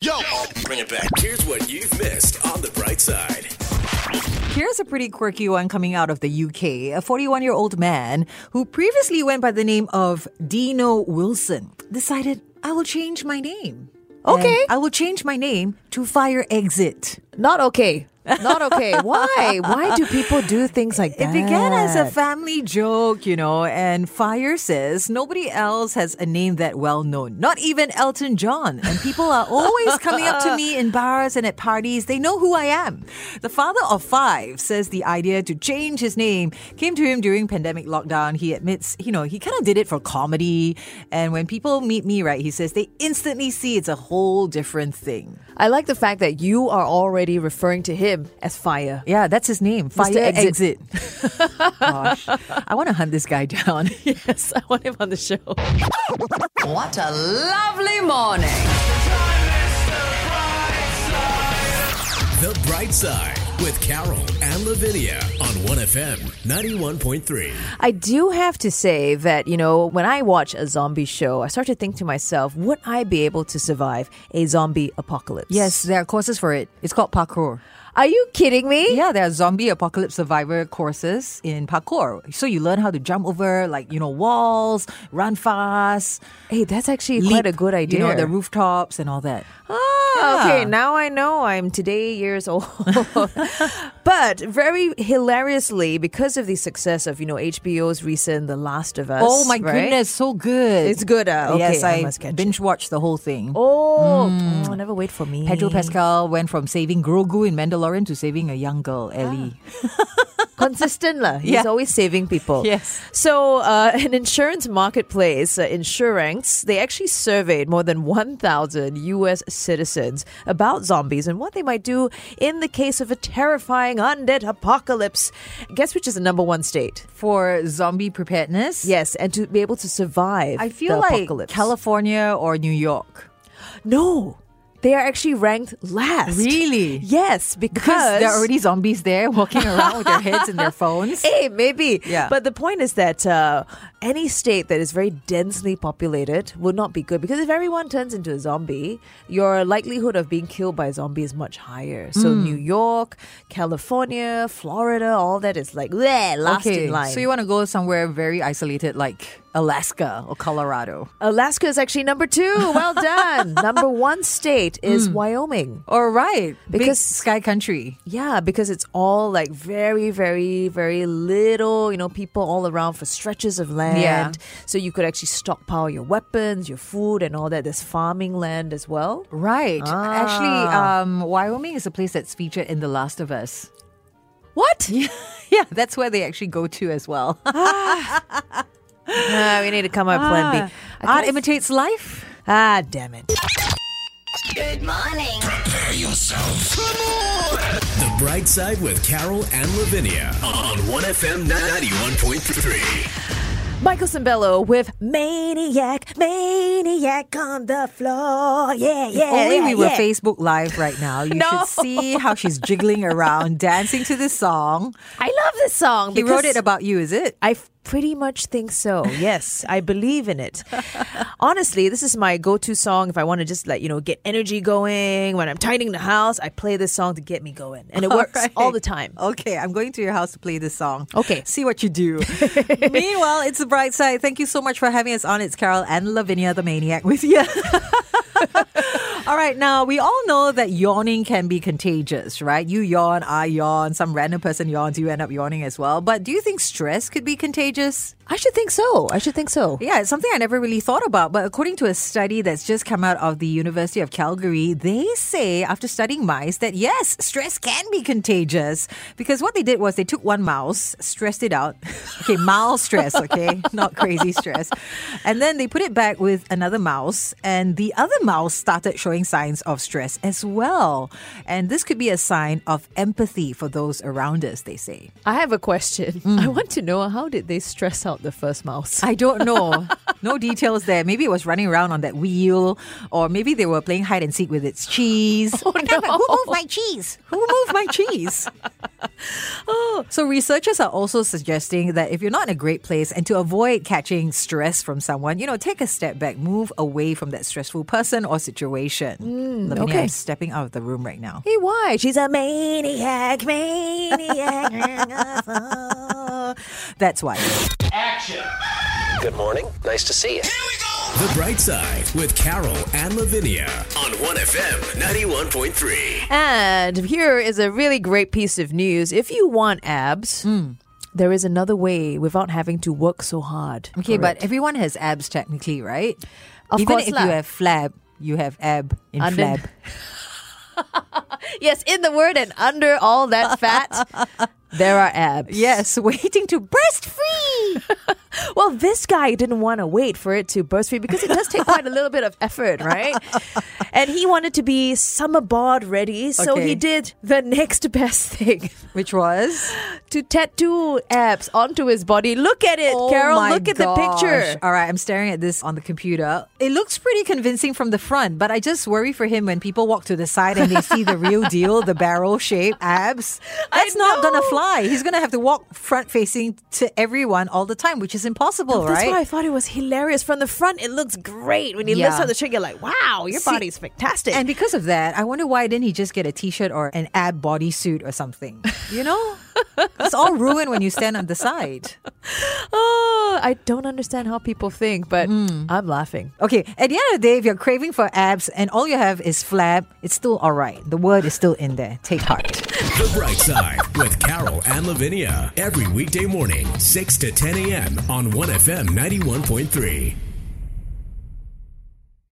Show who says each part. Speaker 1: Yo.
Speaker 2: Bring it back. Here's what you've missed on the bright side.
Speaker 3: Here's a pretty quirky one coming out of the UK. A 41 year old man who previously went by the name of Dino Wilson decided, I will change my name.
Speaker 4: Okay.
Speaker 3: And I will change my name to Fire Exit.
Speaker 4: Not okay. Not okay. Why? Why do people do things like that?
Speaker 3: It began as a family joke, you know, and Fire says nobody else has a name that well known, not even Elton John. And people are always coming up to me in bars and at parties. They know who I am. The father of five says the idea to change his name came to him during pandemic lockdown. He admits, you know, he kind of did it for comedy. And when people meet me, right, he says they instantly see it's a whole different thing.
Speaker 4: I like the fact that you are already referring to him as fire.
Speaker 3: Yeah, that's his name. Fire
Speaker 4: Exit.
Speaker 3: Exit. Gosh, I want to hunt this guy down.
Speaker 4: Yes, I want him on the show.
Speaker 5: What a lovely morning.
Speaker 2: The bright side with Carol and Lavinia on 1FM 91.3.
Speaker 4: I do have to say that, you know, when I watch a zombie show, I start to think to myself, would I be able to survive a zombie apocalypse?
Speaker 3: yes, there are courses for it. It's called parkour.
Speaker 4: Are you kidding me?
Speaker 3: Yeah, there are zombie apocalypse survivor courses in parkour. So you learn how to jump over, like, you know, walls, run fast,
Speaker 4: Hey, that's actually quite a
Speaker 3: leap,
Speaker 4: good idea.
Speaker 3: You know, the rooftops and all that.
Speaker 4: Ah,
Speaker 3: Yeah.
Speaker 4: okay. Now I know I'm today years old. but very hilariously, because of the success of, you know, HBO's recent The Last of Us.
Speaker 3: Oh my
Speaker 4: right?
Speaker 3: goodness, so good.
Speaker 4: It's good, ah. Okay,
Speaker 3: yes,
Speaker 4: I
Speaker 3: I,
Speaker 4: must catch it.
Speaker 3: binge watched the whole thing.
Speaker 4: Oh, mm, never wait for me.
Speaker 3: Pedro Pascal went from saving Grogu in Mandalorian to saving a young girl, Ellie.
Speaker 4: consistent lah. He's
Speaker 3: Yeah.
Speaker 4: always saving people.
Speaker 3: Yes.
Speaker 4: So, uh, an insurance marketplace, uh, Insurance, they actually surveyed more than 1,000 U.S. citizens about zombies and what they might do in the case of a terrifying undead apocalypse. Guess which is the number one state?
Speaker 3: For zombie preparedness,
Speaker 4: Yes, and to be able to survive.
Speaker 3: I feel
Speaker 4: the
Speaker 3: like
Speaker 4: apocalypse.
Speaker 3: California or New York.
Speaker 4: No, they are actually ranked last.
Speaker 3: Really?
Speaker 4: Yes,
Speaker 3: Because there are already zombies there walking around with their heads and their phones.
Speaker 4: Hey, maybe.
Speaker 3: Yeah.
Speaker 4: But the point is that uh, any state that is very densely populated would not be good because if everyone turns into a zombie, your likelihood of being killed by a zombie is much higher. So
Speaker 3: Hmm.
Speaker 4: New York, California, Florida, all that is like bleh, last
Speaker 3: okay,
Speaker 4: in line.
Speaker 3: so you want to go somewhere very isolated like Alaska or Colorado
Speaker 4: Alaska is actually number two. Well done. number one state is
Speaker 3: Hmm.
Speaker 4: Wyoming.
Speaker 3: or right big
Speaker 4: Because-
Speaker 3: sky country.
Speaker 4: Yeah, because it's all like very, very, very little, you know, people all around for stretches of land.
Speaker 3: Yeah.
Speaker 4: So you could actually stockpile your weapons, your food, and all that. There's farming land as well.
Speaker 3: Right. Actually,
Speaker 4: Ah.
Speaker 3: um, Wyoming is a place that's featured in The Last of Us.
Speaker 4: What?
Speaker 3: Yeah, that's where they actually go to as well.
Speaker 4: Ah, we need to come up with plan B. I
Speaker 3: Art
Speaker 4: kinda-
Speaker 3: imitates life.
Speaker 4: ah, damn it.
Speaker 5: Good morning.
Speaker 2: The bright side with Carol and Lavinia on 1FM 91.3.
Speaker 4: Michael Cimbello with Maniac, Maniac on the floor. Yeah, yeah.
Speaker 3: Only
Speaker 4: yeah,
Speaker 3: we were
Speaker 4: yeah.
Speaker 3: Facebook Live right now. You
Speaker 4: No.
Speaker 3: should see how she's jiggling around, dancing to this song.
Speaker 4: I love this song.
Speaker 3: He wrote it
Speaker 4: because-
Speaker 3: about you, is it?
Speaker 4: I f- pretty much think so. Yes, I believe in it. Honestly, this is my go-to song if I want to just like, you know, get energy going. When I'm tidying the house, I play this song to get me going. And it works
Speaker 3: Right.
Speaker 4: all Oh. the time.
Speaker 3: Okay, I'm going to your house to play this song.
Speaker 4: Okay.
Speaker 3: See what you do. Meanwhile, it's the bright side. Thank you so much for having us on. It's Carol and Lavinia the Maniac with you. All right, now we all know that yawning can be contagious, right? You yawn, I yawn, some random person yawns, you end up yawning as well. But do you think stress could be contagious?
Speaker 4: I should think so. I should think so.
Speaker 3: Yeah, it's something I never really thought about. But according to a study that's just come out of the University of Calgary, they say after studying mice that yes, stress can be contagious. Because what they did was they took one mouse, stressed it out. Okay, mild stress, okay? Not crazy stress. And then they put it back with another mouse, and the other mouse started showing signs of stress as well. And this could be a sign of empathy for those around us, they say.
Speaker 4: Mm. I have a question. I want to know how did they stress out out the first mouse?
Speaker 3: I don't know. No details there. Maybe it was running around on that wheel, or maybe they were playing hide and seek with its cheese. Oh,
Speaker 4: no.
Speaker 3: Who moved my cheese? Who moved my cheese? oh. So, researchers are also suggesting that if you're not in a great place and to avoid catching stress from someone, you know, take a step back, move away from that stressful person or situation. Lavinia,
Speaker 4: Mm, okay.
Speaker 3: I'm stepping out of the room right now.
Speaker 4: Hey, why? She's a maniac,
Speaker 3: maniac. That's why.
Speaker 1: Good morning. Nice to see you.
Speaker 2: The Bright Side with Carol and Lavinia on 1FM 91.3.
Speaker 4: And here is a really great piece of news. If you want abs,
Speaker 3: Hmm.
Speaker 4: there is another way without having to work so hard.
Speaker 3: Okay,
Speaker 4: for
Speaker 3: but
Speaker 4: it.
Speaker 3: everyone has abs technically, right?
Speaker 4: Of
Speaker 3: Even
Speaker 4: course
Speaker 3: if
Speaker 4: lah.
Speaker 3: you have flab, you have ab in
Speaker 4: Under-
Speaker 3: flab.
Speaker 4: yes, in the word and under all that fat, there are abs.
Speaker 3: Yes, waiting to burst free.
Speaker 4: Well, this guy didn't want to wait for it to burst free because it does take quite a little bit of effort, right? And he wanted to be summer board ready, so
Speaker 3: Okay.
Speaker 4: he did the next best thing
Speaker 3: Which was
Speaker 4: to tattoo abs onto his body. Look at it, Carol.
Speaker 3: Oh my
Speaker 4: Look at the
Speaker 3: gosh.
Speaker 4: picture.
Speaker 3: All right, I'm staring at this on the computer. It looks pretty convincing from the front, but I just worry for him when people walk to the side and they see the real deal, the barrel shape abs. That's not gonna
Speaker 4: know.
Speaker 3: fly. He's gonna have to walk front facing to everyone all the time, which is impossible,
Speaker 4: That's
Speaker 3: right?
Speaker 4: why I thought it was hilarious. From the front, it looks great. When you
Speaker 3: Yeah.
Speaker 4: lift up the shirt, you're like, wow, your
Speaker 3: See-
Speaker 4: body's fantastic.
Speaker 3: And because of that, I wonder why didn't he just get a t-shirt or an ab bodysuit or something? You know? it's all ruined when you stand on the side.
Speaker 4: oh, I don't understand how people think, but I'm laughing.
Speaker 3: Okay, at the end of the day, if you're craving for abs and all you have is flab, it's still all right. The word is still in there. Take heart.
Speaker 2: The Bright Side with Carol and Lavinia every weekday morning, 6 to 10 a.m. on 1FM 91.3.